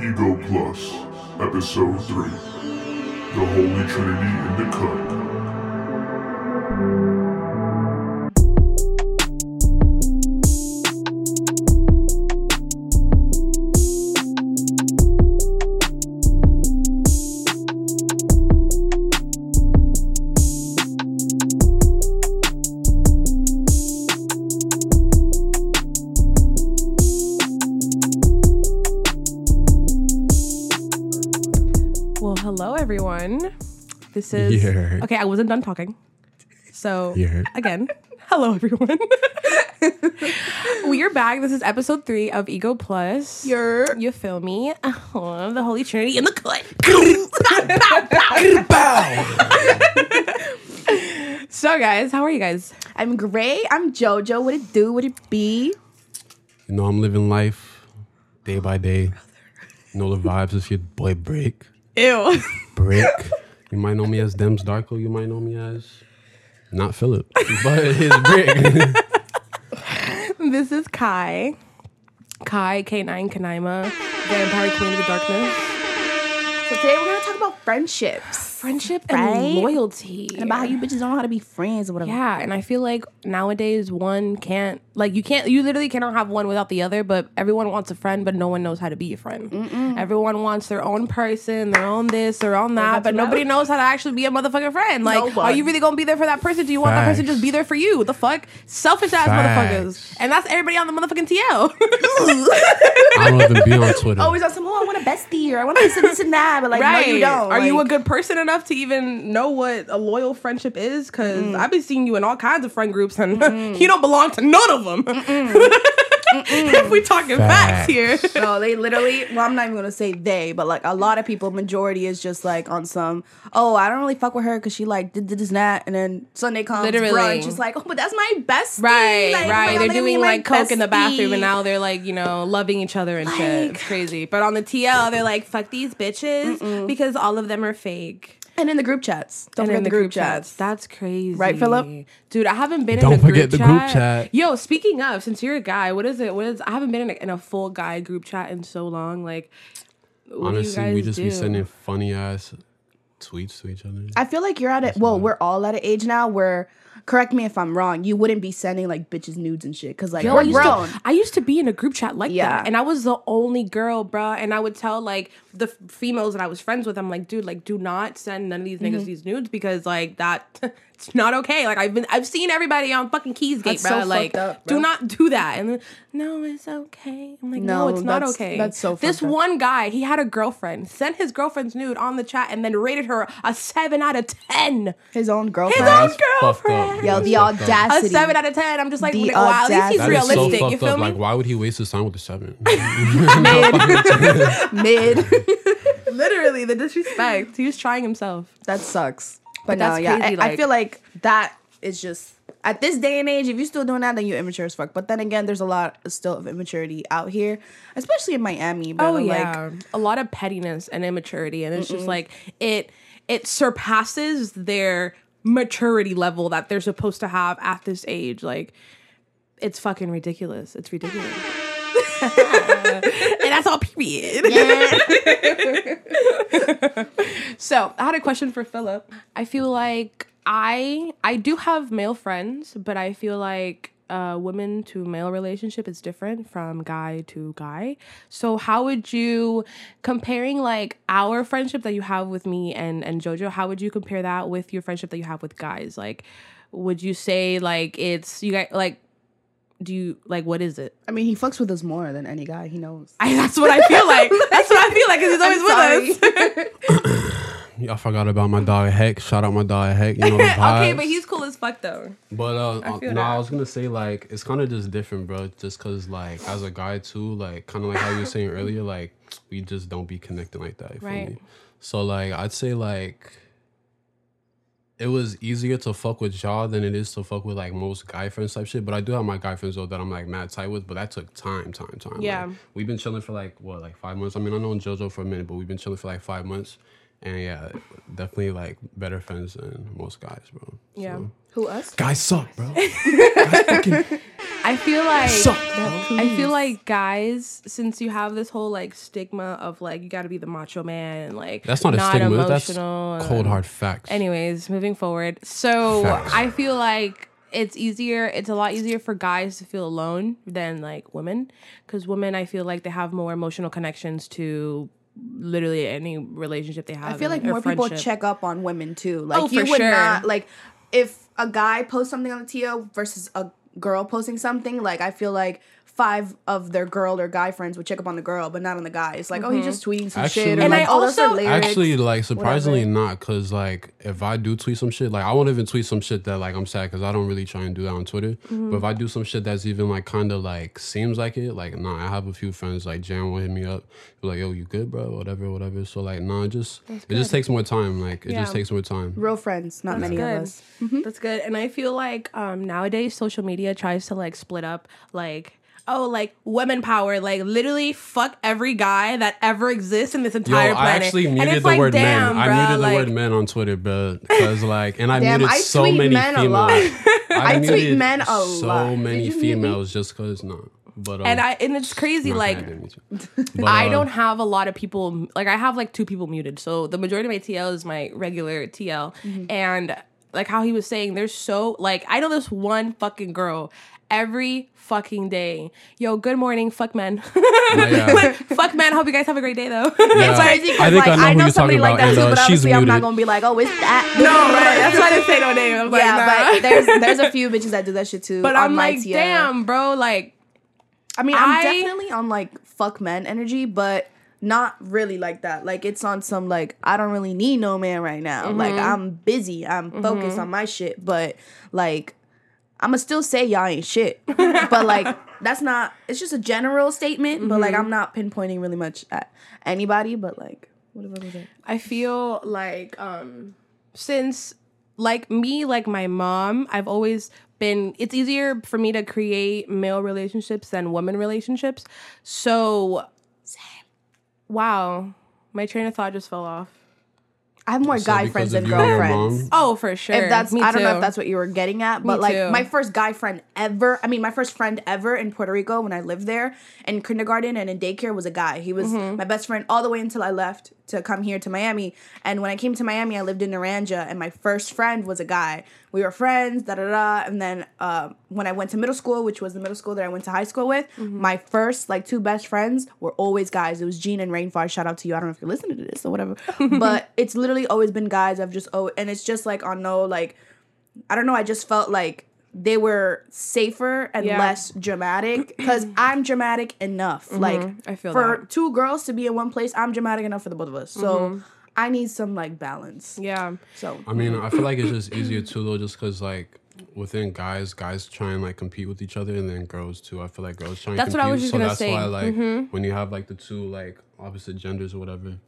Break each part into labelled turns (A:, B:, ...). A: Ego Plus, Episode 3 The Holy Trinity in the Cup.
B: Well, hello everyone. This is
C: Yeah.
B: okay. I wasn't done talking, so
C: Yeah.
B: again, hello everyone. we are back. This is episode three of Ego Plus.
D: Yer.
B: you feel me? Oh, the Holy Trinity in the cut. so, guys, how are you guys?
D: I'm Gray. I'm JoJo. What it do? What it be?
C: You know, I'm living life day by day. Know the vibes. It's your boy Break.
B: Ew.
C: Break. you might know me as Dems Darko. You might know me as not Philip, but it's Brick.
B: this is Kai. Kai K9 Kanaima, Vampire Queen of the Darkness.
D: So today we're gonna talk about friendships
B: Friendship
D: Right?
B: and loyalty.
D: and about how you bitches don't know how to be friends or whatever.
B: Yeah, and I feel like nowadays one can't like you can't you literally cannot have one without the other. But everyone wants a friend, but no one knows how to be a friend. Everyone wants their own person, their own this, their own that, but nobody knows how to actually be a motherfucking friend. Like,
D: Nobody.
B: are you really gonna be there for that person? Do you want that person to just
C: Facts.
B: be there for you? The fuck, selfish ass
C: Facts.
B: motherfuckers, and that's everybody on the motherfucking TL.
C: I don't even be on Twitter.
D: Always on some. Oh, I want a bestie or I want this and this and that. But like, no, you don't.
B: Are you a
D: Like,
B: good person enough to even know what a loyal friendship is? Because I've been seeing you in all kinds of friend groups, and you don't belong to none of them. if we talking facts,
C: Facts.
B: here,
D: No, they literally. Well, I'm not even gonna say they, but like a lot of people, majority is just like on some. Oh, I don't really fuck with her because she like did, did this and that, and then Sunday comes,
B: Literally.
D: brunch. It's like, oh, but that's my bestie. Like, oh my God,
B: They're
D: look at me,
B: doing
D: my
B: like coke in the bathroom,
D: bestie.
B: and now they're like you know loving each other and shit.
D: Like-
B: It's crazy. But on the TL, they're like fuck these bitches because all of them are fake.
D: and in the group chats. Don't
B: And
D: forget
B: in
D: the group chats.
B: That's crazy.
D: Right, Philip?
B: Dude, I haven't been
C: Don't
B: in a
C: forget
B: group
C: the
B: chat.
C: group chat.
B: Yo, speaking of, since you're a guy, what is it? What is I haven't been in a, in a full guy group chat in so long. Like what do you
C: Honestly, we
B: guys
C: just
B: do?
C: be sending funny ass tweets to each other.
D: I feel like you're at it. Well, we're all at an age now where, correct me if I'm wrong, you wouldn't be sending like bitches nudes and shit because like
B: Yo, I
D: we're
B: used,
D: grown.
B: to, I used to be in a group chat like
D: Yeah.
B: that, and I was the only girl, bruh. And I would tell like the f- females that I was friends with, I'm like, dude, like, do not send none of these
D: Mm-hmm.
B: niggas these nudes because like that, it's not okay. Like I've been, I've seen everybody on fucking Keysgate,
D: That's so
B: bruh.
D: fucked
B: like,
D: up,
B: do
D: bro.
B: not do that. And then, no, it's okay. I'm like, no,
D: No,
B: it's not
D: that's-
B: okay.
D: that's so
B: This
D: fucked up.
B: one guy, he had a girlfriend, sent his girlfriend's nude on the chat, and then rated her a seven out of ten.
D: His own
B: His
D: girlfriend.
B: own
C: fucked up.
B: girlfriend.
D: Yo, the
C: That's fucked up.
D: audacity.
B: A seven out of ten. I'm just like,
D: The
B: wow, at least he's
C: That is so
B: realistic. you
C: fucked
B: feel
C: up.
B: me?
C: Like, why would he waste his time with the seven?
D: mid.
B: Literally, the disrespect. He was trying himself.
D: that sucks. But, no,
B: that's
D: yeah,
B: crazy,
D: I, I
B: like-
D: feel like that is just at this day and age. If you're still doing that, then you're immature as fuck. But then again, there's a lot still of immaturity out here, especially in Miami. But
B: Oh
D: like,
B: yeah, a lot of pettiness and immaturity, and it's just like it it surpasses their maturity level that they're supposed to have at this age. Like, it's fucking ridiculous. It's ridiculous. and that's all period. so I had a question for Philip. I feel like I I do have male friends, but I feel like a woman to male relationship is different from guy to guy. So how would you comparing like our friendship that you have with me and and JoJo? How would you compare that with your friendship that you have with guys? Like, would you say like it's you guys like? Do you like what is it?
D: I mean, he fucks with us more than any guy. He knows.
B: I, that's what I feel like. That's what I feel like because he's always with us.
C: I forgot about my dog Heck. Shout out my dog Heck. You know the vibes.
B: okay, but he's cool as fuck though.
C: But uh,
B: feel
C: no,
B: that.
C: I was gonna say like it's kind of just different, bro. Just cause like as a guy too, like kind of like how you were saying earlier, like we just don't be connecting like that. You
B: Right.
C: Feel me? So like I'd say like it was easier to fuck with y'all than it is to fuck with like most guy friends type shit. But I do have my guy friends though that I'm like mad tight with. But that took time, time, time. Like,
B: Yeah.
C: we've been chilling for like what, like five months. I mean, I know JoJo for a minute, but we've been chilling for like five months. And yeah, definitely like better friends than most guys, bro.
B: Yeah.
C: So-
D: Who us?
C: Guys suck, bro. Guys fucking-
B: I feel like
C: Suck,
B: I feel like guys, since you have this whole like stigma of like you got to be the macho man, and, like
C: That's not, a stigma. That's
B: emotional uh, and-
C: cold hard facts.
B: Anyways, moving forward. So
C: Facts.
B: I feel like it's easier. It's a lot easier for guys to feel alone than like women, because women I feel like they have more emotional connections to literally any relationship they have.
D: I feel
B: and-
D: like
B: or
D: more people
B: friendship.
D: check up on women too. Like
B: Oh,
D: you
B: for
D: would
B: sure.
D: not like if a guy posts something on the TO versus a girl posting something. Like I feel like five of their girl or guy friends would check up on the girl, but not on the guy. It's like oh he's just tweeting some shit,
C: Actually-
D: and,
C: And
D: like
B: Mm-hmm. I
D: oh that's their
B: also-
D: lyrics.
C: Actually, like surprisingly not, cause like if I do tweet some shit, like I won't even tweet some shit that like I'm sad, cause I don't really try and do that on Twitter.
B: Mm-hmm.
C: But if I do some shit that's even like kind of like seems like it, like nah, I have a few friends like Jam will hit me up, be like yo, you good, bro, whatever, whatever. So like nah, just it just takes more time. Like it just
B: Yeah.
C: takes more time.
D: real friends, not many
B: good.
D: of us.
B: That's good. And I feel like um, nowadays social media tries to like split up like oh like women power like literally fuck every guy that ever exists in this
C: Yo,
B: entire
C: I
B: planet.
C: actually
B: and
C: muted
B: it's
C: the
B: like
C: word
B: damn,
C: men.
B: Bro,
C: I muted the
B: like,
C: word men on Twitter, bro, cause like, and I
D: Damn,
C: muted
D: I
C: so
D: tweet
C: many
D: men a
C: females.
D: lot.
C: I,
D: tweet
C: muted
D: men a
C: so
D: lot.
C: many
D: Did you mute me?
C: females just cause nah. But um,
B: and I and it's crazy
C: Not
B: like.
C: gonna do me too. But,
B: I
D: Uh-huh.
C: uh,
B: don't have a lot of people like I have like two people muted. So the majority of my TL is my regular TL
D: Mm-hmm.
B: and like how he was saying there's so like I know this one fucking girl every fucking day. Yo, good morning, fuck men.
D: Oh,
C: yeah.
B: Like, fuck men, hope you guys have a great day though.
C: Yeah.
D: It's crazy because
C: I think
D: like
C: I know
D: I
C: who
D: know
C: you're
D: somebody
C: talking
D: like
C: about,
D: that
C: and,
D: too,
C: uh,
D: but
C: she's
D: obviously I'm not
C: muted.
D: gonna be like oh it's that.
B: No, right. That's why I didn't say no name. I'm like,
D: Yeah,
B: nah.
D: but there's there's a few bitches that do that shit too.
B: but
D: on
B: I'm
D: my
B: like,
D: TL.
B: damn, bro, like
D: I mean, I'm
B: I-
D: definitely on like fuck men energy, but not really like that. Like it's on some like I don't really need no man right now. Like
B: Mm-hmm.
D: I'm busy. I'm focused on my shit, but like I'ma still say y'all ain't shit. but like that's not it's just a general statement, but like
B: Mm-hmm.
D: I'm not pinpointing really much at anybody, but like what about that?
B: I feel like um since like me like my mom, I've always been it's easier for me to create male relationships than women relationships. So Wow. My train of thought just fell off.
D: I have more
C: so
D: guy
C: because
D: friends
C: of
D: than
C: you and your
D: girlfriends.
C: mom,
B: Oh, for sure.
D: If that's
B: Me
D: I don't know if
B: too.
D: that's what you were getting at, but
B: Me
D: like
B: too.
D: my first guy friend ever, I mean my first friend ever in Puerto Rico when I lived there in kindergarten and in daycare was a guy. He was
B: Mm-hmm.
D: my best friend all the way until I left to come here to Miami. And when I came to Miami, I lived in Naranja and my first friend was a guy. We were friends, da da da. And then uh, when I went to middle school, which was the middle school that I went to high school with,
B: Mm-hmm.
D: my first like two best friends were always guys. It was Gene and Rainforest. Shout out to you. I don't know if you're listening to this or whatever, but it's literally always been guys. I've just oh, and it's just like on no like I don't know. I just felt like they were safer and
B: Yeah.
D: less dramatic because I'm dramatic enough. Like
B: Mm-hmm. I feel
D: for two girls to be in one place, I'm dramatic enough for the both of us. So
B: Mm-hmm.
D: I need some like balance.
B: yeah.
D: So
C: I mean, I feel like it's just easier too, though, just because like within guys, guys try and like compete with each other, and then girls too. I feel like girls trying.
B: That's
C: compete,
B: what I was just
C: so
B: gonna
C: that's
B: say. Mm-hmm.
C: why like when you have like the two like opposite genders or whatever.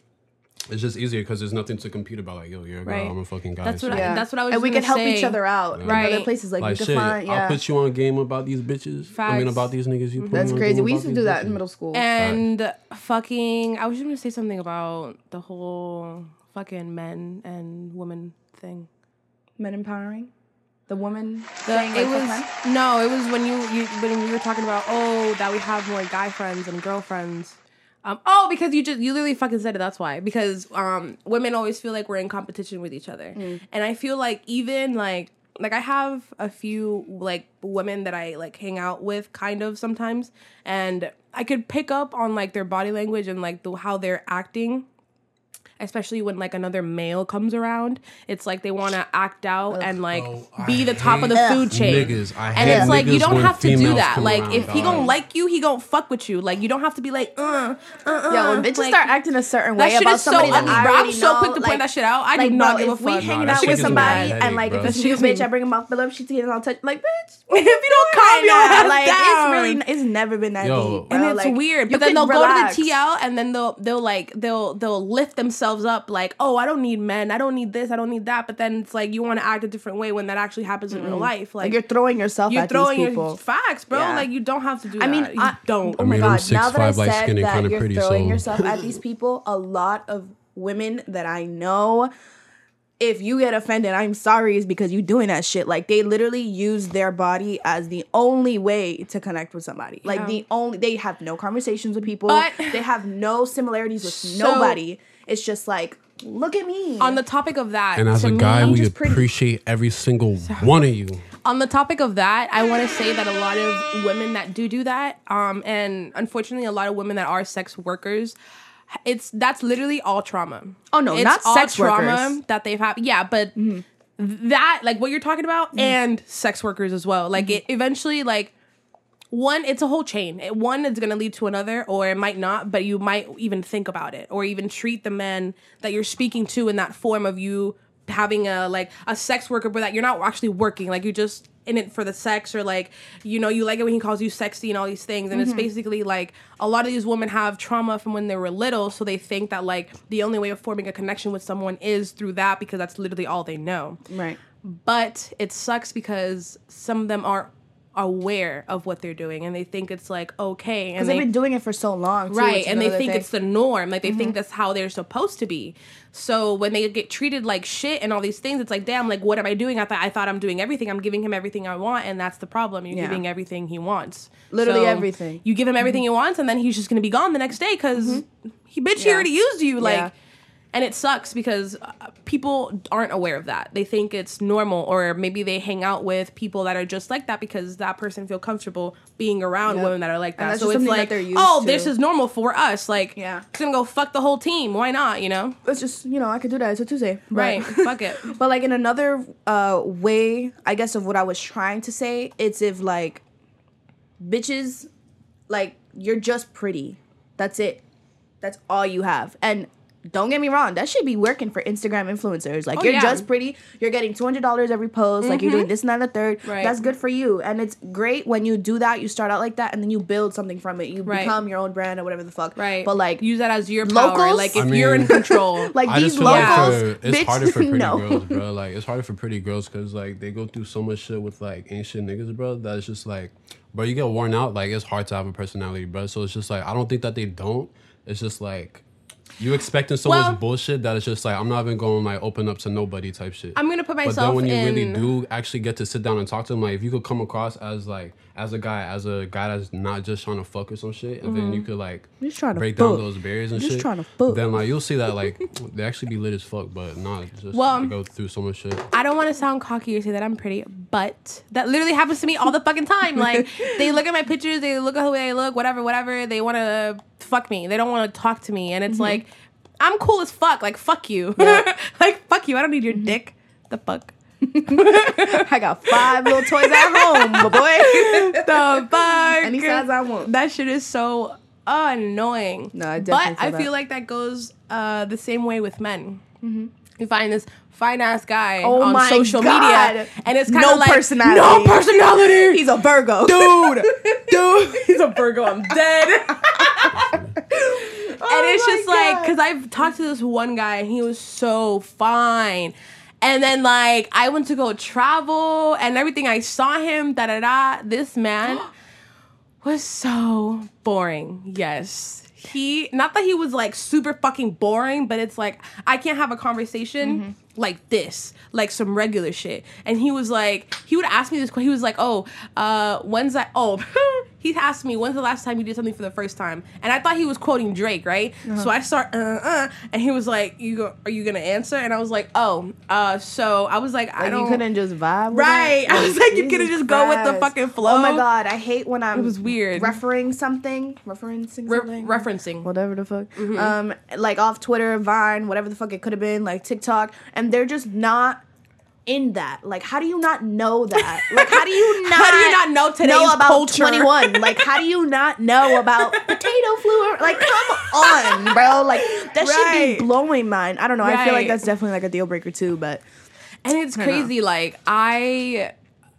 C: It's just easier because there's nothing to compete about. Like, yo, you're a girl,
B: Right.
C: I'm a fucking guy.
B: That's what
C: so,
B: I-
D: yeah,
B: that's what I was
D: And we
B: gonna
D: can help each
B: say.
D: other out.
B: Right.
D: In other places like,
C: like
D: we
C: shit,
D: can find. Yeah,
C: I'll put you on game about these bitches. I mean,
B: Facts.
C: about these niggas. You put
D: that's
C: me on
D: crazy.
C: game
D: We used
C: about
D: to
C: these
D: do that in
C: bitches.
D: middle school.
B: And fucking, I was just gonna say something about the whole fucking men and women thing.
D: Men empowering the woman.
B: The-
D: saying, like,
B: it was
D: fuck men.
B: no, it was when you, you when you were talking about oh that we have more guy friends and girlfriends. Um, oh, because you just you literally fucking said it. That's why. Because um, women always feel like we're in competition with each other, and I feel like even like like I have a few like women that I like hang out with kind of sometimes, and I could pick up on like their body language and like the, how they're acting especially when like another male comes around. It's like they want to act out and like
C: Oh, I
B: be the top of the
C: hate
B: food chain.
C: niggas. I
B: and
C: hate
B: it's like you
C: niggas
B: don't
C: when
B: have to do
C: females
B: that.
C: come
B: Like
C: around,
B: if he
C: dog.
B: gonna like you, he gonna fuck with you. Like you don't have to be like uh uh. uh
D: Yo, when bitches
B: like,
D: start acting a certain
B: That
D: way
B: shit
D: about
B: is so
D: somebody
B: ugly, bro.
D: that I
B: I'm
D: already
B: so
D: know,
B: quick to
D: like-
B: point that shit out. I
D: like,
B: do not
D: bro,
B: give a
D: if we
B: fuck.
D: hanging
C: Nah, that
D: out
C: shit
D: with
C: gives me a
D: somebody
C: headache,
D: and like if
C: bro.
D: it's a
B: Excuse
D: new bitch,
B: me.
D: I bring him up, fill up, she gets all touch. Like bitch,
B: if you don't calm your ass
D: like
B: down,
D: it's really it's never been that
C: Yo.
D: deep. Bro.
B: and it's
D: like,
B: weird.
D: you
B: But then
D: can
B: they'll
D: relax.
B: go to the TL and then they'll they'll like they'll they'll lift themselves up like, oh, I don't need men, I don't need this, I don't need that. But then it's like you want to act a different way when that actually happens in real life. Like,
D: Like you're throwing yourself
B: you're
D: at
B: throwing
D: these
B: your
D: people.
B: facts, bro.
D: Yeah.
B: Like you don't have to do.
D: I mean,
B: that. You
D: I-
B: don't.
D: oh my
C: mean, I'm
D: god! now that I
C: 6'5", light
D: said
C: skin and
D: that
C: kinda
D: you're
C: pretty,
D: throwing
C: so-
D: yourself at these people, a lot of women that I know if you get offended, I'm sorry, is because you doing that shit. Like they literally use their body as the only way to connect with somebody. Like the only they have no conversations with people.
B: But-
D: they have no similarities with
B: So-
D: nobody. It's just like, look at me.
B: On the topic of that,
C: And as
B: to
C: a
B: me-
C: guy, we
D: just pretty.
C: appreciate every single one of you.
B: on the topic of that, I want to say that a lot of women that do do that, um, and unfortunately, a lot of women that are sex workers, it's that's literally all trauma.
D: Oh, no,
B: it's
D: not sex workers. Mm-hmm.
B: that they've had. Yeah, but that like what you're talking about, and sex workers as well. Like
D: Mm-hmm.
B: it eventually, like one, it's a whole chain. It, one is going to lead to another, or it might not. But you might even think about it, or even treat the men that you're speaking to in that form of you having a like a sex worker, but that you're not actually working. Like you're just in it for the sex, or like you know you like it when he calls you sexy and all these things. And it's basically like a lot of these women have trauma from when they were little, so they think that like the only way of forming a connection with someone is through that because that's literally all they know
D: right.
B: but it sucks because some of them are aware of what they're doing and they think it's like okay and
D: Because they've
B: they
D: been doing it for so long. Too.
B: right
D: It's
B: and they
D: another
B: think
D: thing. Mm-hmm.
B: it's the norm like they think that's how they're supposed to be so when they get treated like shit and all these things it's like damn like what am i doing i thought i thought i'm doing everything i'm giving him everything i want and that's the problem you're
D: Yeah.
B: giving everything he wants
D: Literally everything. Mm-hmm.
B: you give him everything he wants and then he's just gonna be gone the next day because he bitch he
D: Yeah.
B: already used you like
D: Yeah.
B: and it sucks because uh, people aren't aware of that. They think it's normal, or maybe they hang out with people that are just like that because that person feel comfortable being around
D: Yep.
B: women that are like
D: And
B: that.
D: that's
B: So
D: just
B: it's
D: something that
B: like,
D: they're used
B: oh,
D: to.
B: this is normal for us. Like,
D: Yeah.
B: it's gonna go fuck the whole team. Why not? You know,
D: it's just you know I could do that. It's a Tuesday, but-
B: right? fuck it.
D: But like in another uh way, I guess of what I was trying to say, it's if like bitches like you're just pretty. That's it. That's all you have. And don't get me wrong, that should be working for Instagram influencers. Like you're
B: Oh, yeah. Mm-hmm.
D: just pretty. You're getting two hundred dollars every post. Like you're doing this and that and the third.
B: Right.
D: That's good for you. And it's great when you do that. You start out like that, and then you build something from it. You
B: Right.
D: become your own brand or whatever the fuck.
B: Right.
D: But like
B: use that as your power.
D: locals?
B: Like, if
C: I
B: you're in
C: mean-
B: control,
D: like
C: I
D: these
C: just feel
D: locals,
C: like for, it's
D: bitch,
C: harder for pretty
D: no.
C: girls, bro. Like it's harder for pretty girls because like they go through so much shit with like ancient niggas, bro. That it's just like, bro, you get worn out. Like it's hard to have a personality, bro. So it's just like I don't think that they don't. It's just like you expecting so
B: Well-
C: much bullshit that it's just like I'm not even going like open up to nobody type shit.
B: I'm gonna put
C: But then
B: myself
C: when you
B: in.
C: really do actually get to sit down and talk to them, like if you could come across as like as a guy, as a guy that's not just trying to fuck or some shit, and then you could like
D: Mm-hmm. Just trying to
C: break down
D: fuck.
C: those barriers and
D: Just
C: shit.
D: trying to fuck.
C: Then like you'll see that like they actually be lit as fuck, but not just
B: Well,
C: they go through so much shit.
B: I don't want to sound cocky or say that I'm pretty, but that literally happens to me all the fucking time. Like they look at my pictures, they look at who I look, whatever, whatever. They want to fuck me. They don't want to talk to me, and
D: Mm-hmm.
B: it's like I'm cool as fuck. Like fuck you. like fuck you. I don't need
D: Mm-hmm.
B: your dick. The fuck.
D: I got five little toys at home, my boy.
B: The fuck.
D: Any size I want.
B: That shit is so annoying.
D: No, I
B: but
D: definitely feel
B: I
D: that. Mm-hmm.
B: feel like that goes uh, the same way with men. You find this fine ass guy
D: Oh
B: on
D: my
B: social
D: God.
B: media, and it's kind of
D: No
B: like
D: personality.
B: no personality.
D: He's a Virgo.
B: dude, dude, he's a Virgo. I'm dead. and it's
D: Oh my
B: just like
D: God.
B: because I've talked to this one guy and he was so fine. And then like I went to go travel and everything. I saw him da da da. This man was so boring. Yes. He not that he was like super fucking boring, but it's like I can't have a conversation
D: Mm-hmm.
B: like this, like some regular shit. And he was like, he would ask me this question. He was like, "Oh, uh, when's that? Oh, he asked me when's the last time you did something for the first time?" And I thought he was quoting Drake, right?
D: Uh-huh.
B: So I start, uh, uh, and he was like, "You go? Are you gonna answer?" And I was like, "Oh, uh, so I was like, I
D: You
B: don't."
D: couldn't just vibe. with
B: Right.
D: it?
B: I was like, you couldn't
D: Jesus
B: just go with the
D: Christ.
B: fucking flow.
D: Oh my god, I hate when I'm it
B: was weird.
D: referring something, referencing
B: Re-
D: something,
B: referencing.
D: whatever the fuck. Um, like off Twitter, Vine, whatever the fuck it could have been, like TikTok, and they're just not in that. Like, how do you not know that? Like, how do you not?
B: How do you not know today's
D: about
B: culture?
D: 21? Like, how do you not know about potato flu? Like, come on, bro. Like, that should
B: Right.
D: be blowing mine. I don't know. I feel like
B: Right.
D: that's definitely like a deal breaker too, but.
B: And it's crazy. Like I,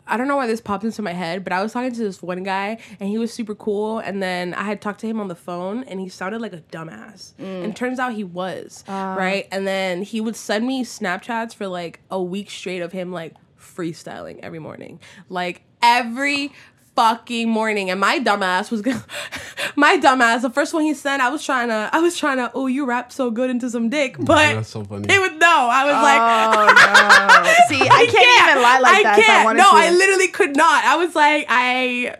B: I don't know why this popped into my head, but I was talking to this one guy, and he was super cool. And then I had talked to him on the phone, and he sounded like a dumbass.
C: Mm.
B: And turns out he was
C: Ah.
B: right. And then he would send me Snapchats for like a week straight of him like freestyling every morning, like every fucking morning. And my dumbass was gonna my dumbass. The first one he sent, I was trying to, I was trying to. Oh, you rap so good into some dick, but
C: Mm, That's so funny. Ah.
B: they would know. I was like,
D: Oh, See, I can't even lie like
B: I
D: that. if I
B: can't.
D: wanted
B: no,
D: to.
B: I literally could not. I was like, I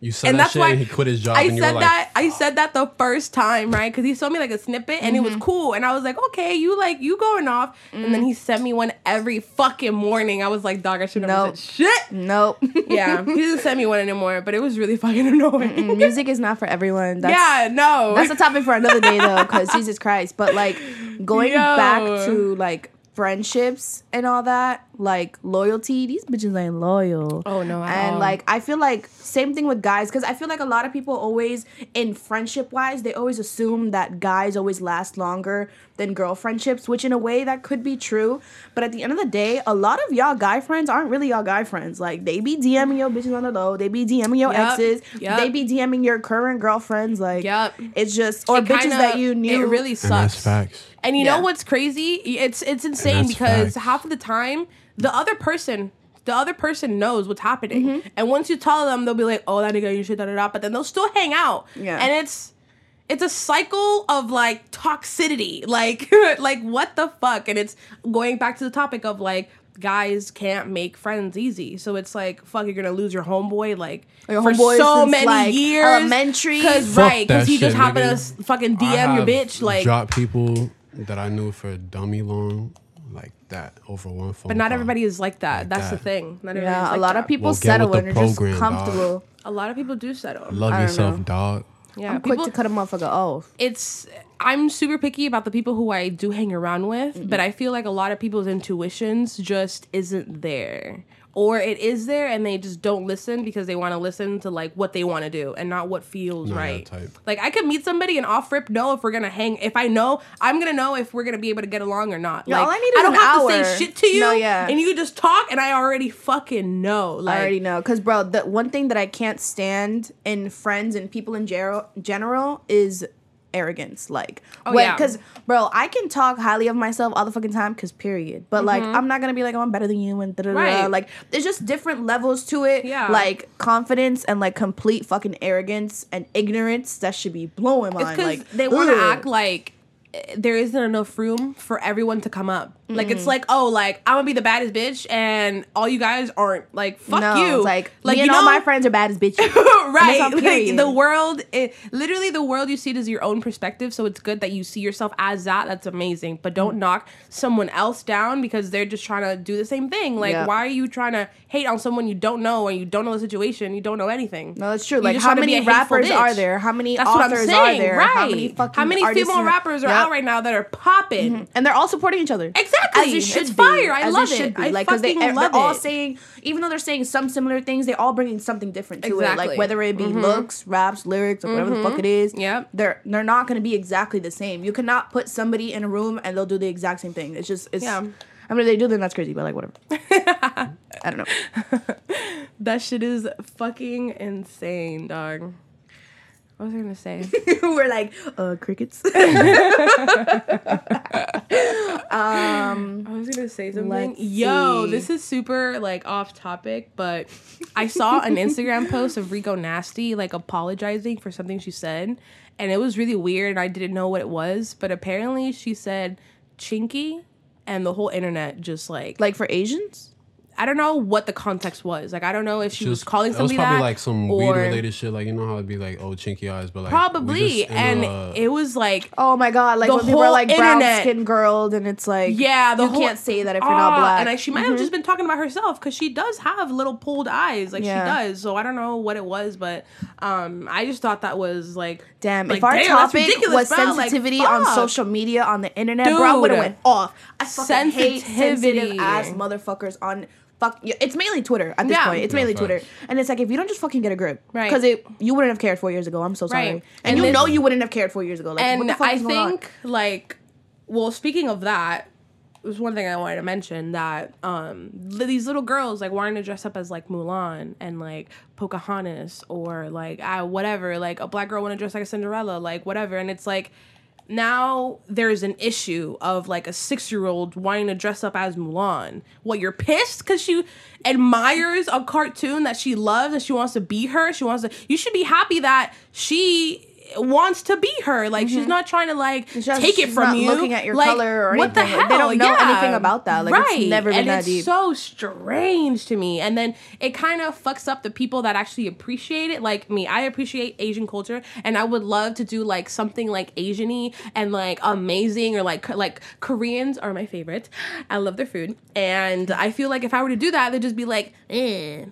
C: You said
B: and
C: that
B: that's
C: shit
B: why
C: and he quit his job
B: I
C: and you were
B: said
C: like,
B: that I said that the first time, right? Because he showed me like a snippet and
D: Mm-hmm.
B: it was cool, and I was like, okay, you like you going off, and then he sent me one every fucking morning. I was like, dog, I should have
D: Nope.
B: said shit.
D: Nope.
B: Yeah, he doesn't send me one anymore, but it was really fucking annoying.
D: Music is not for everyone. That's,
B: yeah, no,
D: That's a topic for another day though, because Jesus Christ. But like going
B: Yo.
D: back to like friendships and all that, like loyalty, these bitches ain't loyal.
B: Oh, no, at
D: And
B: all.
D: like I feel like same thing with guys, because I feel like a lot of people always in friendship wise, they always assume that guys always last longer than girl friendships, which in a way that could be true. But at the end of the day, a lot of y'all guy friends aren't really y'all guy friends. Like they be DMing your bitches on the low, they be DMing your
B: Yep,
D: exes,
B: yep.
D: they be DMing your current girlfriends. Like
B: Yep.
D: it's just or
B: It
D: bitches
B: kinda-
D: that you knew.
B: It really
C: and that's
B: sucks.
C: facts.
B: And you
D: Yeah.
B: know what's crazy? It's it's insane
C: that's
B: because
C: facts.
B: half of the time the other person the other person knows what's happening.
D: Mm-hmm.
B: And once you tell them, they'll be like, "Oh, that nigga, you should da da da." But then they'll still hang out.
D: Yeah.
B: And it's it's a cycle of like toxicity. Like like what the fuck? And it's going back to the topic of like guys can't make friends easy. So it's like fuck, you're gonna lose your homeboy like
D: Your
B: for
D: homeboy
B: so
D: since,
B: many
D: like,
B: years.
D: elementary.
B: Cause,
C: Fuck
B: right, because
C: that
B: he just
C: shit,
B: happened
C: nigga.
B: to s- fucking
C: I
B: DM your
C: have
B: bitch. Like
C: dropped people that I knew for dummy long like that over one phone.
B: But not
C: call.
B: everybody is like that. That's the
C: that.
B: thing. Not everybody's
D: yeah, a
B: like uh,
D: lot
B: that.
D: of people
C: Well, get
D: settle
C: with
D: and
C: the
D: are just
C: program, dog.
D: comfortable.
B: a lot of people do settle.
C: love yourself, dog.
B: yeah,
D: I'm
B: people.
D: quick to cut a motherfucker off.
B: it's I'm super picky about the people who I do hang around with, but I feel like a lot of people's intuitions just isn't there. Or it is there and they just don't listen because they want to listen to like what they want to do and not what feels
C: Not that
B: right.
C: type.
B: Like I could meet somebody and off rip know if we're gonna hang. If I know, I'm gonna know if we're gonna be able to get along or not.
D: Yeah,
B: like
D: all I need is
B: don't
D: an
B: have to
D: hour.
B: say shit to you.
D: No, yeah.
B: and you can just talk, and I already fucking know. Like
D: I already know. Because, bro, the one thing that I can't stand in friends and people in general, general is arrogance. Like,
B: Oh, yeah.
D: Because, bro, I can talk highly of myself all the fucking time, because, period. But, like, I'm not going to be like, oh, I'm better than you, and da da da.
B: Mm-hmm. Right.
D: Like, there's just different levels to it.
B: Yeah.
D: Like, confidence and, like, complete fucking arrogance and ignorance that should be blowing my
B: It's because
D: Like,
B: they want to
D: ugh.
B: act like eh, there isn't enough room for everyone to come up. Like
D: Mm.
B: it's like, oh, like I'm gonna be the baddest bitch, and all you guys aren't. Like fuck
D: no,
B: you.
D: it's Like, like me and all my friends are bad as bitches.
B: right?
D: on
B: Like
D: period.
B: the world, it, literally, the world you see it is your own perspective. So it's good that you see yourself as that. That's amazing. But
D: Mm.
B: don't knock someone else down because they're just trying to do the same thing. Like,
D: Yeah.
B: why are you trying to hate on someone you don't know and you don't know the situation? You don't know anything.
D: No, that's true.
B: You
D: Like,
B: just
D: how
B: tryna be
D: many
B: a hateful
D: rappers are
B: bitch.
D: there? How many
B: That's
D: authors
B: what I'm
D: are
B: saying,
D: there?
B: right?
D: How many fucking
B: How many
D: artists
B: female
D: and-
B: rappers are
D: Yep. Mm-hmm.
B: out right now that are popping?
D: And they're all supporting each other.
B: Exactly.
D: As it should
B: It's
D: be.
B: fire. I
D: As
B: love
D: should
B: it.
D: be.
B: I
D: like, 'cause they, e-,
B: fucking
D: they're
B: love
D: all
B: it.
D: saying, even though they're saying some similar things, they're all bringing something different to it.
B: Exactly. Mm-hmm.
D: Like, whether it be looks, raps, lyrics, or whatever the fuck it is.
B: Yep.
D: They're, they're not going to be exactly the same. You cannot put somebody in a room and they'll do the exact same thing. It's just, it's.
B: Yeah.
D: I mean, if they do, then that's crazy, but like, whatever. I don't know.
B: That shit is fucking insane, dog. What was I gonna say?
D: We're like, uh, crickets.
B: I was gonna say something.
D: Let's
B: Yo,
D: see.
B: this is super like off topic, but I saw an Instagram post of Rico Nasty like apologizing for something she said, and it was really weird, and I didn't know what it was, but apparently she said chinky, and the whole internet just like
D: like, for Asians?
B: I don't know what the context was. Like I don't know if she was
C: Just-
B: calling
C: It was
B: somebody
C: probably
B: that
C: like some weed related shit. Like you know how it'd be like oh chinky eyes, but like we
B: Probably,
C: just uh, in
B: and
C: a-
B: it was like
D: Oh my god, like
B: The
D: when people are
B: whole
D: like brown
B: internet.
D: skin girled and it's like
B: Yeah, the
D: you
B: whole-
D: can't say that if you're not
B: Ah,
D: black. Mm-hmm.
B: And like, she might have just been talking about herself because she does have little pulled eyes, like
D: Yeah.
B: she does. So I don't know what it was, but um, I just thought that was like
D: Damn,
B: like,
D: if our
B: damn, that's
D: topic
B: ridiculous,
D: was
B: bro. Like,
D: sensitivity on
B: fuck.
D: social media on the internet, bro, I would have
B: Dude.
D: went off. I fucking hate sensitive
B: Sensitivity.
D: ass motherfuckers on fuck. yeah, It's mainly Twitter at this
B: Yeah.
D: point. It's
B: Yeah,
D: mainly
C: facts.
D: Twitter, and it's like if you don't just fucking get a grip,
B: Right.
D: Because it you wouldn't have cared four years ago. I'm so sorry,
B: Right.
D: and,
B: And
D: you
B: this-
D: know you wouldn't have cared four years ago. Like, what
B: and
D: the fuck
B: I
D: is going on?
B: think like well, speaking of that, was one thing I wanted to mention that um li- these little girls like wanting to dress up as like Mulan and like Pocahontas or like uh, whatever, like a black girl want to dress like a Cinderella, like whatever, and it's like now there's an issue of like a six year old wanting to dress up as Mulan. What you're pissed because she admires a cartoon that she loves and she wants to be her. She wants to. You should be happy that she wants to be her. Like she's not trying to like
D: just-
B: take it
D: Mm-hmm. she's
B: from
D: not
B: you.
D: looking at your
B: Like,
D: color or
B: what the
D: anything.
B: hell?
D: Like, they don't know
B: Yeah.
D: anything about that. Like, it's never been
B: and
D: that
B: it's
D: deep.
B: So strange to me. And then it kind of fucks up the people that actually appreciate it. Like me, I appreciate Asian culture, and I would love to do like something like Asiany and like amazing or like like Koreans are my favorite. I love their food, and I feel like if I were to do that, they'd just be like, eh.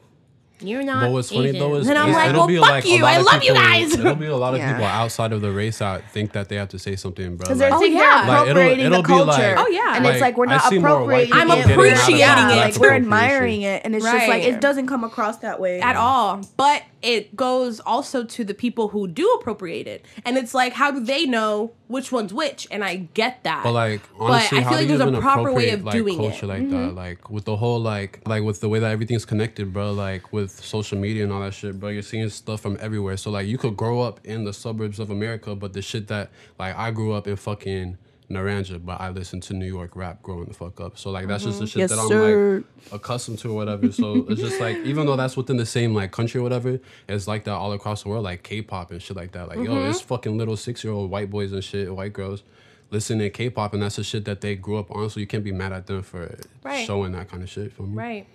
B: You're not.
C: But what's funny
B: Asian.
C: though is
B: and I'm
C: is
B: like,
C: it'll
B: well,
C: be
B: fuck
C: like a
B: you.
C: lot
B: I
C: of
B: love you
C: people-
B: guys.
C: It'll be a lot of
D: Yeah.
C: people outside of the race that think that they have to say something, bro.
D: Because they're,
C: Like,
D: thinking
B: Oh, yeah.
D: they're
C: Like, it'll-
D: appropriating
C: it'll
D: the
C: be like-
D: culture.
B: Oh, yeah.
D: And it's
C: like,
D: like we're
C: I
D: not
C: see more white
D: appropriating
C: people
D: I'm
B: getting out of appreciating
D: yeah,
B: it.
D: Like we're
C: Appropriation.
D: admiring it. And it's just like,
B: Right.
D: it doesn't come across that way.
B: at all. But it goes also to the people who do appropriate it. And it's like, how do they know which one's which? And I get that.
C: But like
B: But
C: honestly,
B: I feel
C: how
B: like
C: do you
B: there's a
C: even
B: proper way
C: appropriate
B: of
C: like
B: doing
C: culture
B: it. Mm-hmm.
C: like that? Like with the whole like like with the way that everything's connected, bro. Like with social media and all that shit, bro. You're seeing stuff from everywhere. So like you could grow up in the suburbs of America, but the shit that like I grew up in fucking Naranja, but I listened to New York rap growing the fuck up. So like that's just the
B: Mm-hmm.
C: shit
D: Yes,
C: that I'm
D: sir.
C: like accustomed to or whatever. So it's just like even though that's within the same like country or whatever, it's like that all across the world, like K-pop and shit like that. Like yo,
D: Mm-hmm.
C: it's fucking little six year old white boys and shit, white girls listening to K-pop, and that's the shit that they grew up on. So you can't be mad at them for
B: Right.
C: showing that kind of shit for me.
B: Right.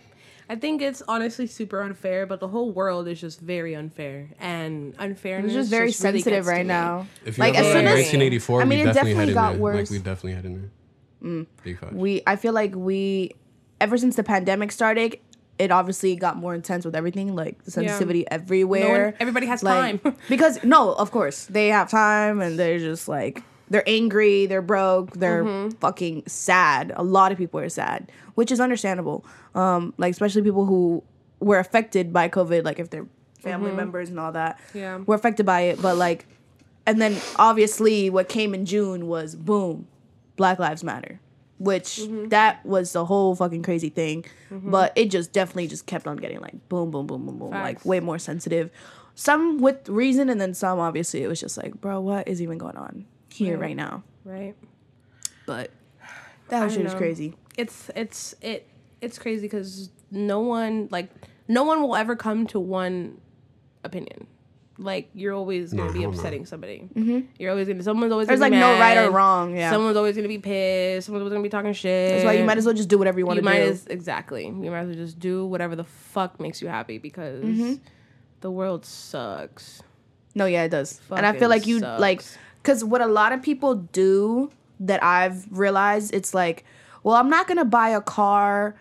B: I think it's honestly super unfair, but the whole world is just very unfair. And unfairness
D: It's just very
B: really gets
D: sensitive
B: to
D: right
B: me.
D: now.
C: If you
D: Like,
C: like,
D: as
B: ever
D: soon
B: heard
D: as
C: 1984,
D: I mean,
C: we
D: it
C: definitely, had
D: definitely got
C: it in there.
D: worse. Mm.
C: Like we definitely had it in there. Big facts.
D: we i feel like we ever since the pandemic started it obviously got more intense with everything like the sensitivity everywhere
B: everybody has
D: Like,
B: time.
D: because no of course they have time and they're just like they're angry they're broke they're
B: Mm-hmm.
D: fucking sad a lot of people are sad which is understandable um like especially people who were affected by covid like if they're family members and all that
B: Mm-hmm. Yeah.
D: were affected by it but like and then obviously what came in june was boom black lives matter which
B: Mm-hmm.
D: that was the whole fucking crazy thing but it just definitely just kept on getting like boom boom boom boom boom like
B: Facts.
D: way more sensitive some with reason and then some obviously it was just like bro what is even going on here right, now
B: Right.
D: but that shit is
B: know.
D: crazy
B: it's it's it it's crazy because no one like no one will ever come to one opinion. Like you're always gonna
C: Nah,
B: be
C: hell no.
B: upsetting somebody. You're always gonna someone's always
D: Mm-hmm. There's,
B: gonna be
D: like, no right
B: mad.
D: or wrong, yeah.
B: someone's always gonna be pissed. Someone's always gonna be talking shit.
D: that's why you might as well just do whatever you want
B: you
D: to do
B: might as exactly you might as well just do whatever the fuck makes you happy because the world sucks.
D: No, yeah, it does. and I
B: Fucking
D: feel like you like
B: sucks.
D: because what a lot of people do that I've realized it's like, well, I'm not gonna buy a car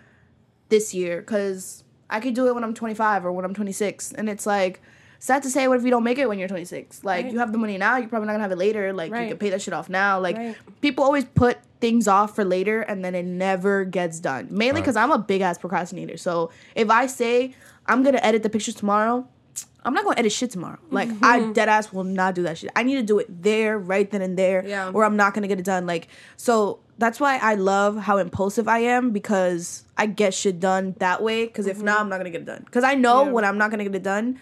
D: this year because I could do it when I'm 25 or when I'm 26, and it's like. Sad to say, what if you don't make it when you're 26? Like,
B: Right.
D: you have the money now, you're probably not gonna have it later. Like,
B: Right.
D: you can pay that shit off now. Like,
B: Right.
D: people always put things off for later and then it never gets done. Mainly because I'm a big ass procrastinator. So, if I say I'm gonna edit the pictures tomorrow, I'm not gonna edit shit tomorrow. Like
B: Mm-hmm.
D: I dead ass will not do that shit. I need to do it there, right then and there,
B: Yeah.
D: or I'm not gonna get it done. Like so that's why I love how impulsive I am because I get shit done that way. Because if not, I'm not gonna get it done. Because I know
B: Mm-hmm. Yeah.
D: when I'm not gonna get it done,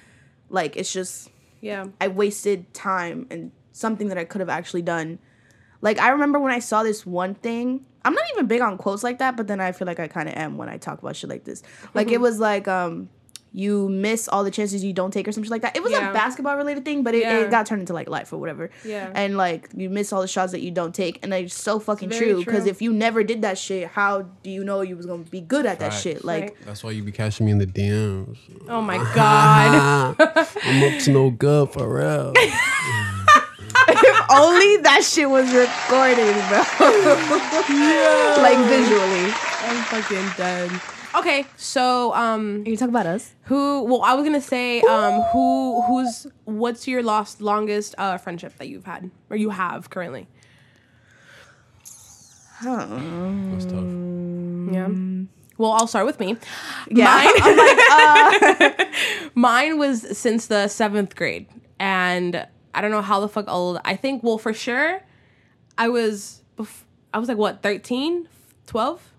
D: like it's just
B: Yeah.
D: I wasted time and something that I could have actually done. Like I remember when I saw this one thing. I'm not even big on quotes like that, but then I feel like I kind of am when I talk about shit like this. Like it was like um you miss all the chances you don't take or something like that. It was
B: Yeah.
D: a basketball related thing, but it,
B: Yeah.
D: it got turned into like life or whatever.
B: Yeah.
D: And like you miss all the shots that you don't take, and it's so fucking
B: very
D: true. Because
B: true.
D: if you never did that shit, how do you know you was gonna be good at that
C: Facts.
D: shit? Like
B: Right.
C: That's why you be catching me in the DMs.
B: Oh my god.
C: I'm up to no good for real.
D: if only that shit was recorded, bro. Like visually.
B: I'm fucking done. Okay, so um
D: You talk about us.
B: Who? Well, I was gonna say, um, who? Who's? What's your lost longest uh friendship that you've had or you have currently?
C: That's tough.
B: Yeah. Well, I'll start with me.
D: Yeah.
B: Mine, mine was since the seventh grade, and I don't know how the fuck old. I think well for sure, I was. Bef- I was like what 13, 12?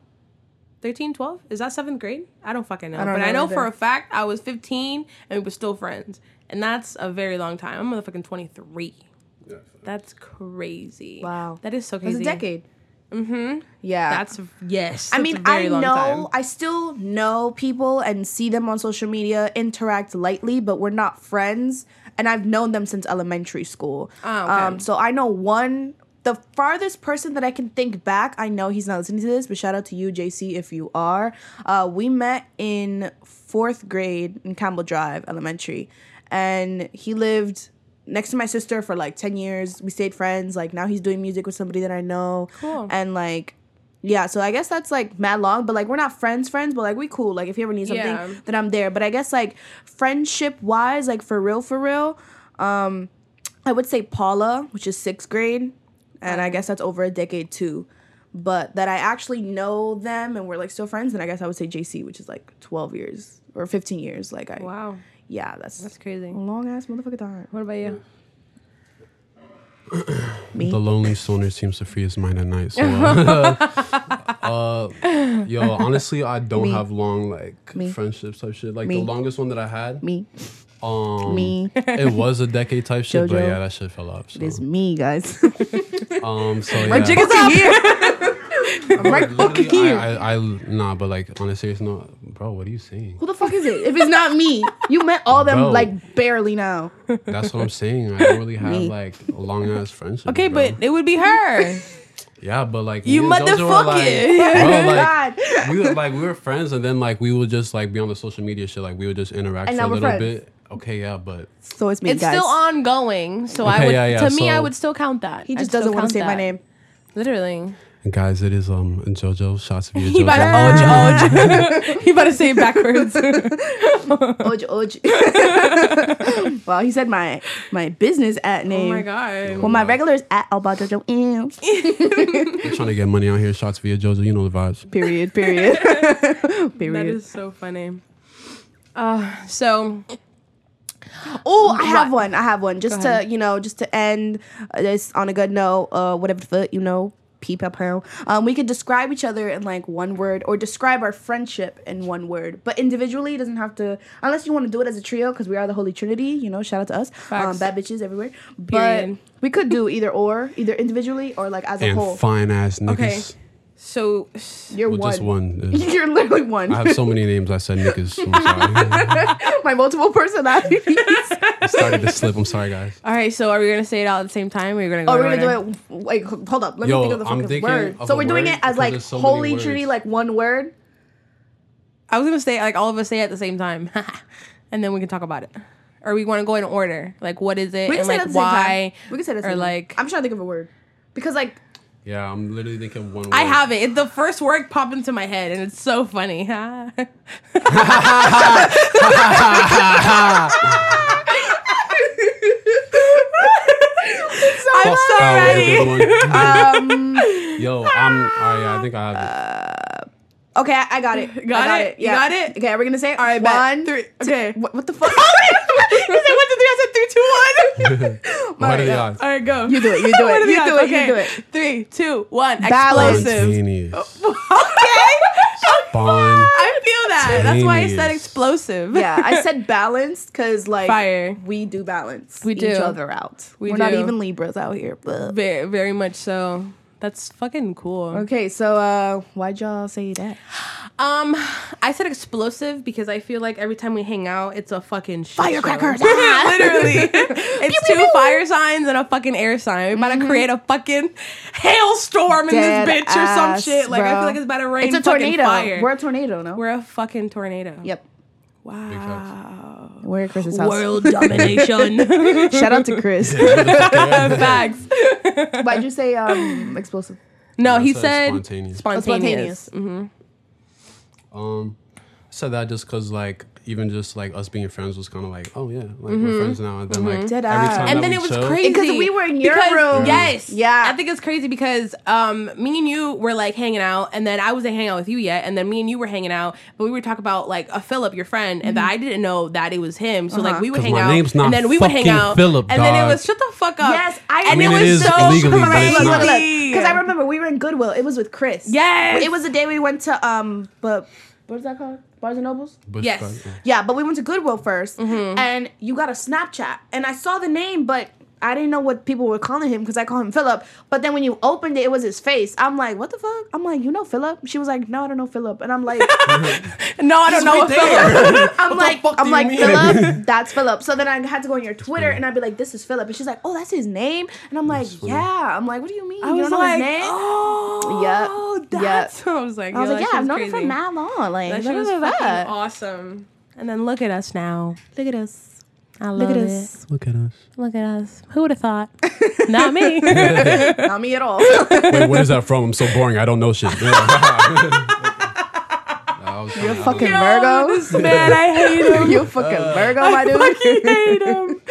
B: 13, 12? Is that seventh grade? I don't fucking know.
D: don't
B: but
D: know
B: I know
D: either.
B: for a fact I was 15 and we were still friends. And that's a very long time. I'm motherfucking 23. That's crazy.
D: Wow.
B: That is so crazy.
D: It's a decade. Mm-hmm. Yeah.
B: That's yes.
D: I
B: that's
D: mean,
B: a
D: I
B: very
D: know,
B: long time.
D: I still know people and see them on social media, interact lightly, but we're not friends. And I've known them since elementary school.
B: Oh, okay.
D: um, so I know one, the farthest person that I can think back, I know he's not listening to this, but shout out to you, JC, if you are. Uh, we met in fourth grade in Campbell Drive Elementary, and he lived. Next to my sister for like 10 years. We stayed friends. Like now he's doing music with somebody that I know.
B: Cool.
D: And like yeah, so I guess that's like mad long, but like we're not friends, friends, but like we cool. Like if you ever need something,
B: Yeah.
D: then I'm there. But I guess like friendship wise, like for real, for real, um, I would say Paula, which is sixth grade, and I guess that's over a decade too. But that I actually know them and we're like still friends, then I guess I would say JC, which is like twelve years or fifteen years. Like I,
B: wow,
D: yeah, that's,
B: that's crazy.
D: long ass motherfucker time.
B: What about you?
D: Me,
C: The lonely stoner seems to free his mind at night. So, uh, uh, yo, honestly, I don't
D: Me.
C: have long like
D: Me.
C: friendships type shit. Like
D: Me.
C: the longest one that I had,
D: me,
C: um,
D: me.
C: it was a decade type shit, but
D: Jojo.
C: yeah, that shit fell off. So,
D: It is me, guys.
C: um, so yeah.
D: My jig is up here. I'm right fucking
C: Literally,
D: here.
C: I, I, I, nah, but like on a serious note, bro, what are you saying?
D: Who the fuck is it? If it's not me, you met all them
C: Bro.
D: like barely now.
C: That's what I'm saying. I don't really have
D: Me.
C: like long ass friendships.
B: Okay,
C: bro.
B: but it would be her.
C: yeah, but like
D: You
C: me and Jojo were, like-
D: motherfucking-
C: bro, like,
D: God.
C: we were like we were friends, and then like we would just like be on the social media shit. Like we would just interact
D: And
C: for
D: now
C: a
D: we're
C: little
D: friends.
C: bit. Okay, yeah, but
D: So it's me,
B: it's
D: guys.
B: still ongoing, so I
C: Okay,
B: would.
C: yeah, yeah,
B: to me, I
C: so-
B: would still count that.
D: He
B: I'd
D: just
B: still
D: doesn't want
B: count
D: to say my
B: that.
D: name.
B: Literally,
C: guys, it is um JoJo. Shots of you,
B: he about to
C: JoJo.
B: OJ. OJ. he about to say it backwards.
D: Oj, oj. well, he said my Oh my business at name.
B: god.
D: Well, my regular is at Alba Jojo. Ew.
C: I'm trying to get money out here. Shots for you, JoJo. You know the vibes.
D: Period. Period.
B: That
D: period.
B: is so funny. Uh, so
D: Oh, I have
B: What?
D: one. I have one. Just to
B: ahead.
D: you know, just to end uh, this on a good note. Uh, whatever the foot, you know, peep up how. Um, we could describe each other in like one word, or describe our friendship in one word. But individually, it doesn't have to. Unless you want to do it as a trio, because we are the Holy Trinity. You know, shout out to us. Um,
B: Facts.
D: bad bitches everywhere.
B: Period.
D: But we could do either or, either individually or like as a
C: And
D: whole.
C: fine ass niggas.
B: Okay. so
D: You're
C: Well,
D: one.
C: just one. is-
D: You're literally one.
C: I have so many names. I said niggas. I'm sorry.
D: My multiple personalities.
C: I started to slip. I'm sorry, guys.
B: all right. So are we gonna say it all at the same time? Or are we gonna go?
D: Oh,
B: in
D: we're gonna
B: order?
D: do it. Wait, h- hold up. Let
C: Yo,
D: me think of the
C: I'm
D: fucking
C: thinking
D: word.
C: of
D: so
C: a
D: we're doing
C: word
D: it as
C: because
D: like
C: there's so many
D: Holy
C: words.
D: Trinity, like one word.
B: I was gonna say like all of us say it at the same time, and then we can talk about it. Or we want to go in order. Like what is it?
D: We can
B: and
D: say it
B: like
D: at the same
B: why?
D: time. We can say that.
B: Or like
D: I'm trying to think of a word because like
C: Yeah, I'm literally thinking one. Word.
B: I have it. It- The first word popped into my head, and it's so funny. I'm so ready.
C: Um, Yo, I'm. All right, yeah, I think I have
D: okay, I, I got it. I
B: Got it? You
D: Yeah.
B: got it?
D: Okay, we're gonna say it. All
B: right,
D: right,
B: bet.
D: one,
B: Three-
D: two-
B: okay.
D: What, what the fuck? you said one, two, three. I said three, two, one.
C: it. what are the odds?
B: All right, go.
D: You do it. You do
B: What are
D: it.
B: the
D: You do
B: odds?
D: it. You do it.
B: Three, two, one.
D: Balance.
B: Explosive.
C: Spontaneous.
B: Okay.
C: Bond.
B: I feel that. That's why I said
C: Genius.
B: explosive.
D: Yeah, I said balanced because like
B: Fire.
D: we do balance
B: We do.
D: each other out.
B: We
D: are not
B: do.
D: even Libras out here. But.
B: Very, very much so. That's fucking cool.
D: Okay, so uh, why'd y'all say that?
B: Um, I said explosive because I feel like every time we hang out, it's a fucking shit show.
D: Firecrackers.
B: Literally, it's two fire signs and a fucking air sign. We're about to create a fucking hailstorm in
D: Mm-hmm. Dead
B: this bitch or some
D: ass,
B: shit. Like I
D: bro.
B: feel like it's about to rain.
D: It's a
B: fucking
D: tornado.
B: Fire.
D: We're
B: We're,
D: a tornado, no?
B: a fucking tornado.
D: yep.
B: Wow.
D: We're at Chris's house.
B: World domination.
D: Shout out to Chris.
B: Facts.
D: Why'd you say um explosive?
B: No,
C: I
B: he
C: said
B: said
C: uh, spontaneous.
B: spontaneous.
D: Oh, Spontaneous.
C: Um, I said that just because, like, even just like us being friends was kind of like, oh yeah, like
B: Mm-hmm.
C: we're friends now. And then like every
D: Dead
C: time
D: eye.
C: that
B: and then
C: we
B: it was
C: chill-
B: crazy
D: Because we were in your
B: Because-
D: room.
B: Yes,
D: Yeah.
B: I think it's crazy because um, me and you were like hanging out, and then I wasn't hanging out with you yet, and then me and you were hanging out, but we were talking about like a Philip, your friend, and
D: Mm-hmm.
B: that I didn't know that it was him. So
D: Uh-huh.
B: like we would
C: 'Cause
B: hang
C: my
B: out,
C: name's not
B: and then we would hang
C: fucking
B: out,
C: Philip,
B: and then it
C: dog.
B: was shut the fuck up.
D: Yes, I- I
B: and
D: mean,
B: it
D: it
B: was
D: is
B: so
C: legally, but
B: crazy.
C: it's not.
D: Because I remember we were in Goodwill. It was with Chris.
B: Yes.
D: It was the day we went to um but what is that called? Barnes and Nobles?
C: But-
B: Yes. Mm-hmm.
D: Yeah, but we went to Goodwill 1st and you got a Snapchat, and I saw the name, but I didn't know what people were calling him because I call him Philip. But then when you opened it, it was his face. I'm like, what the fuck? I'm like, you know Philip? She was like, no, I don't know Philip. And I'm like,
B: No, I don't know what Philip.
D: I'm like,
C: fuck do
D: I'm
C: you
D: like
C: mean?
D: Philip. That's Philip. So then I had to go on your Twitter and I'd be like, this is Philip. And she's like, oh, that's his name. And I'm like, yeah. I'm like, what do you mean?
B: I
D: you
B: was
D: don't know
B: like,
D: his name?
B: oh,
D: Yep.
B: that's. I was like,
D: I was
B: yo,
D: like,
B: that
D: yeah, I've
B: shit's
D: known him for
B: crazy.
D: mad long. Like,
B: That
D: blah,
B: shit was
D: blah,
B: fucking
D: blah.
B: awesome. And then look at us now.
D: Look at us.
B: I love
D: Look at
B: it.
D: us.
C: Look at us.
B: Look at us. Who would have thought? Not me.
D: Not me at all.
C: Wait, where is that from? I'm so boring. I don't know shit. You're
D: fucking
B: Yo,
D: Virgo.
B: this man, I hate him.
D: you fucking Virgo, my dude.
B: fucking hate him.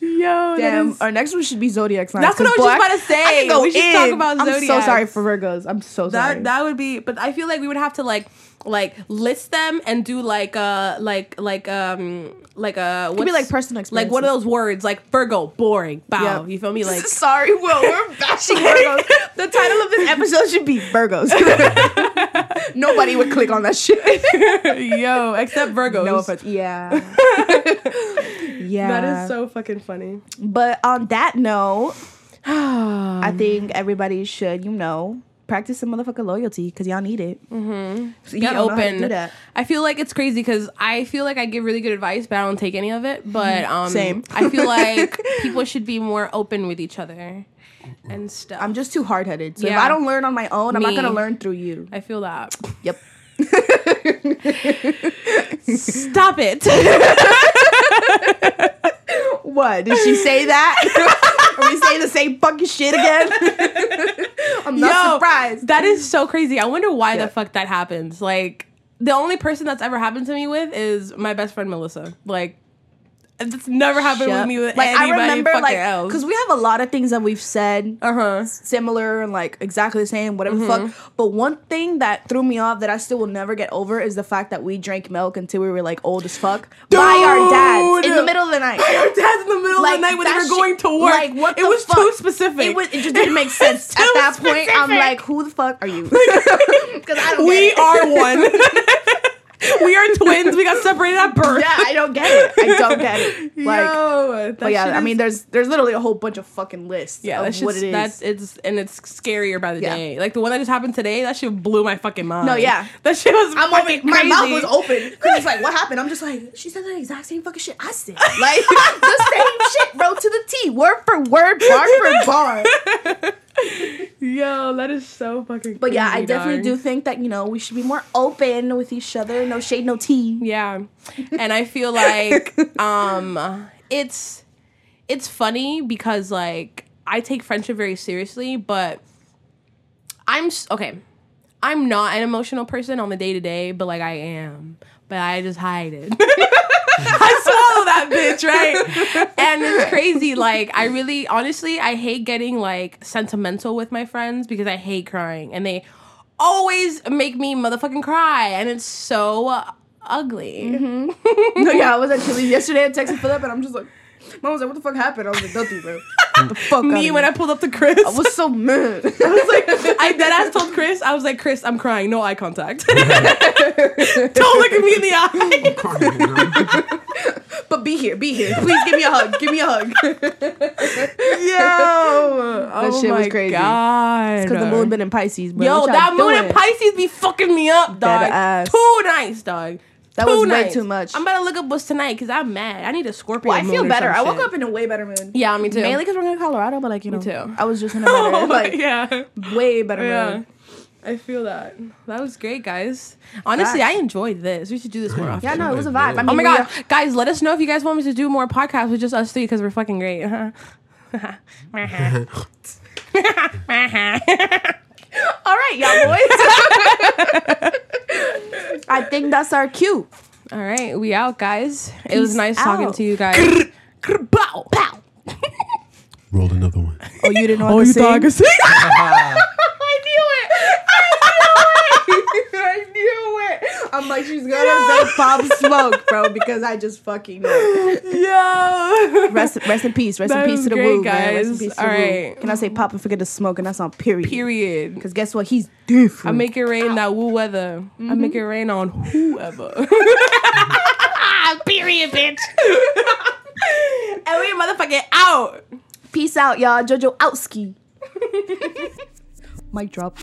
B: Yo,
D: Damn,
B: Damn. That is,
D: our next one should be zodiac signs.
B: That's what
D: 'cause
B: I was just
D: boy,
B: about to
D: I- I
B: say.
D: could go
B: We should talk
D: in.
B: about
D: I'm so
B: zodiacs.
D: sorry for Virgos. I'm so sorry.
B: that that would be. But I feel like we would have to like like list them and do like uh like like um like uh what's,
D: be like personal
B: like what are those words like Virgo boring bow
D: Yep.
B: you feel me like
D: sorry, Will. We're bashing Virgos. The title of this episode should be Virgos. Nobody would click on that shit.
B: yo except Virgos
D: No offense. Yeah. yeah.
B: that is so fucking funny
D: But on that note, I think everybody should, you know, practice some motherfucking loyalty because y'all need it. Mm-hmm.
B: be
D: y'all don't know how to
B: open.
D: do that.
B: I feel like it's crazy because I feel like I give really good advice, but I don't take any of it. But um,
D: Same.
B: I feel like people should be more open with each other and stuff.
D: I'm just too hard headed. So if
B: Yeah.
D: I don't learn on my own, I'm
B: Me.
D: not gonna learn through you.
B: I feel that.
D: Yep.
B: Stop it.
D: What did she say that? Are we saying the same fucking shit again? I'm not
B: Yo,
D: surprised.
B: That is so crazy. I wonder why
D: Yeah.
B: the fuck that happens. Like the only person that's ever happened to me with is my best friend Melissa. Like that's never happened with me with
D: like I
B: anybody
D: remember,
B: fucking
D: like,
B: else.
D: because we have a lot of things that we've said
B: uh huh.
D: similar and like exactly the same, whatever the fuck.
B: Mm-hmm.
D: But one thing that threw me off that I still will never get over is the fact that we drank milk until we were like old as fuck by our dads in the
B: Dude.
D: middle of the night.
B: Your dad's in the middle
D: Like,
B: of the night when
D: that
B: they were going
D: shit-
B: to work.
D: like, what
B: it
D: the
B: was
D: fuck?
B: too specific.
D: It was it just didn't make
B: was
D: sense at
B: too
D: that point. I'm
B: specific.
D: like, who the fuck are you? Because I don't.
B: we
D: get it.
B: are one. we are twins. We got separated at birth.
D: Yeah, I don't get it. I don't get it. Like,
B: Yo, that
D: but yeah,
B: shit
D: I
B: is-
D: mean, there's there's literally a whole bunch of fucking lists
B: yeah,
D: of
B: that's
D: what
B: just
D: it is.
B: that's it's and it's scarier by the
D: Yeah.
B: day. Like the one that just happened today, that shit blew my fucking mind.
D: No, yeah.
B: that shit was.
D: I'm
B: fucking
D: over. My mouth
B: crazy.
D: was open because it's like, what happened? I'm just like, she said the exact same fucking shit I said. Like the same shit, bro, to the T, word for word, bar for bar.
B: Yo, that is so fucking.
D: But yeah, I
B: crazy,
D: definitely
B: dog.
D: do think that you know we should be more open with each other. No shade, no tea.
B: Yeah. And I feel like um it's it's funny because like I take friendship very seriously, but I'm s- okay. I'm not an emotional person on the day to day, but like I am. But I just hide it. I swallow that bitch, right? And it's crazy. Like I really, honestly, I hate getting like sentimental with my friends because I hate crying, and they always make me motherfucking cry, and it's so ugly.
D: Mm-hmm. No, yeah, I was actually yesterday I texted Philip and I'm just like, mom was like, what the fuck happened? I was like, nothing, bro. Get the fuck
B: Me when I pulled up to Chris,
D: I was so mad.
B: I dead ass told Chris, I was like, Chris, I'm crying, no eye contact. Don't look at me in the eye.
D: But be here, be here. Please give me a hug. Give me a hug.
B: Yo, that
D: shit was crazy.
B: God,
D: Because the moon been in Pisces, bro.
B: Yo,
D: What y'all
B: that moon in
D: doing?
B: Pisces be fucking me up, dog.
D: ass.
B: Too nice, dog.
D: That
B: too
D: was way
B: nice.
D: too much.
B: I'm about to look up what's tonight because I'm mad. I need a Scorpio.
D: Well, I
B: moon
D: feel
B: or
D: better.
B: some
D: I woke
B: shit.
D: up in a way better mood.
B: Yeah, me too.
D: Mainly because we're in Colorado, but like you know,
B: too.
D: I was just in a better, like
B: yeah,
D: way better
B: yeah.
D: mood.
B: I feel that. That was great, guys. Honestly,
D: Facts.
B: I enjoyed this. We should do this more often.
D: Yeah, no, it was a vibe. I mean,
B: Oh my
D: we
B: god,
D: are-
B: guys! Let us know if you guys want me to do more podcasts with just us three because we're fucking great.
D: All right, y'all boys. I think that's our cue.
B: All right, we out, guys. it was
D: Peace
B: nice talking
D: out.
B: to you guys. Bow, bow.
C: Roll another one.
D: Oh, you didn't know oh, you thought I could sing? I knew it. I knew it. I knew it. I'm like, she's gonna say pop smoke, bro, because I just fucking know.
B: Yo.
D: Rest, rest in peace. Rest
B: That
D: in peace
B: was
D: to the
B: great,
D: woo, man. Rest in
B: guys.
D: peace to
B: All
D: the woo.
B: right.
D: Can I say pop and forget to smoke? And that's on period.
B: Period.
D: Because guess what? He's different.
B: I make it rain that woo weather. I
D: Mm-hmm.
B: make it rain on whoever. Period, bitch. and we motherfucking out.
D: Peace out, y'all. Jojo Outski. Mic drop.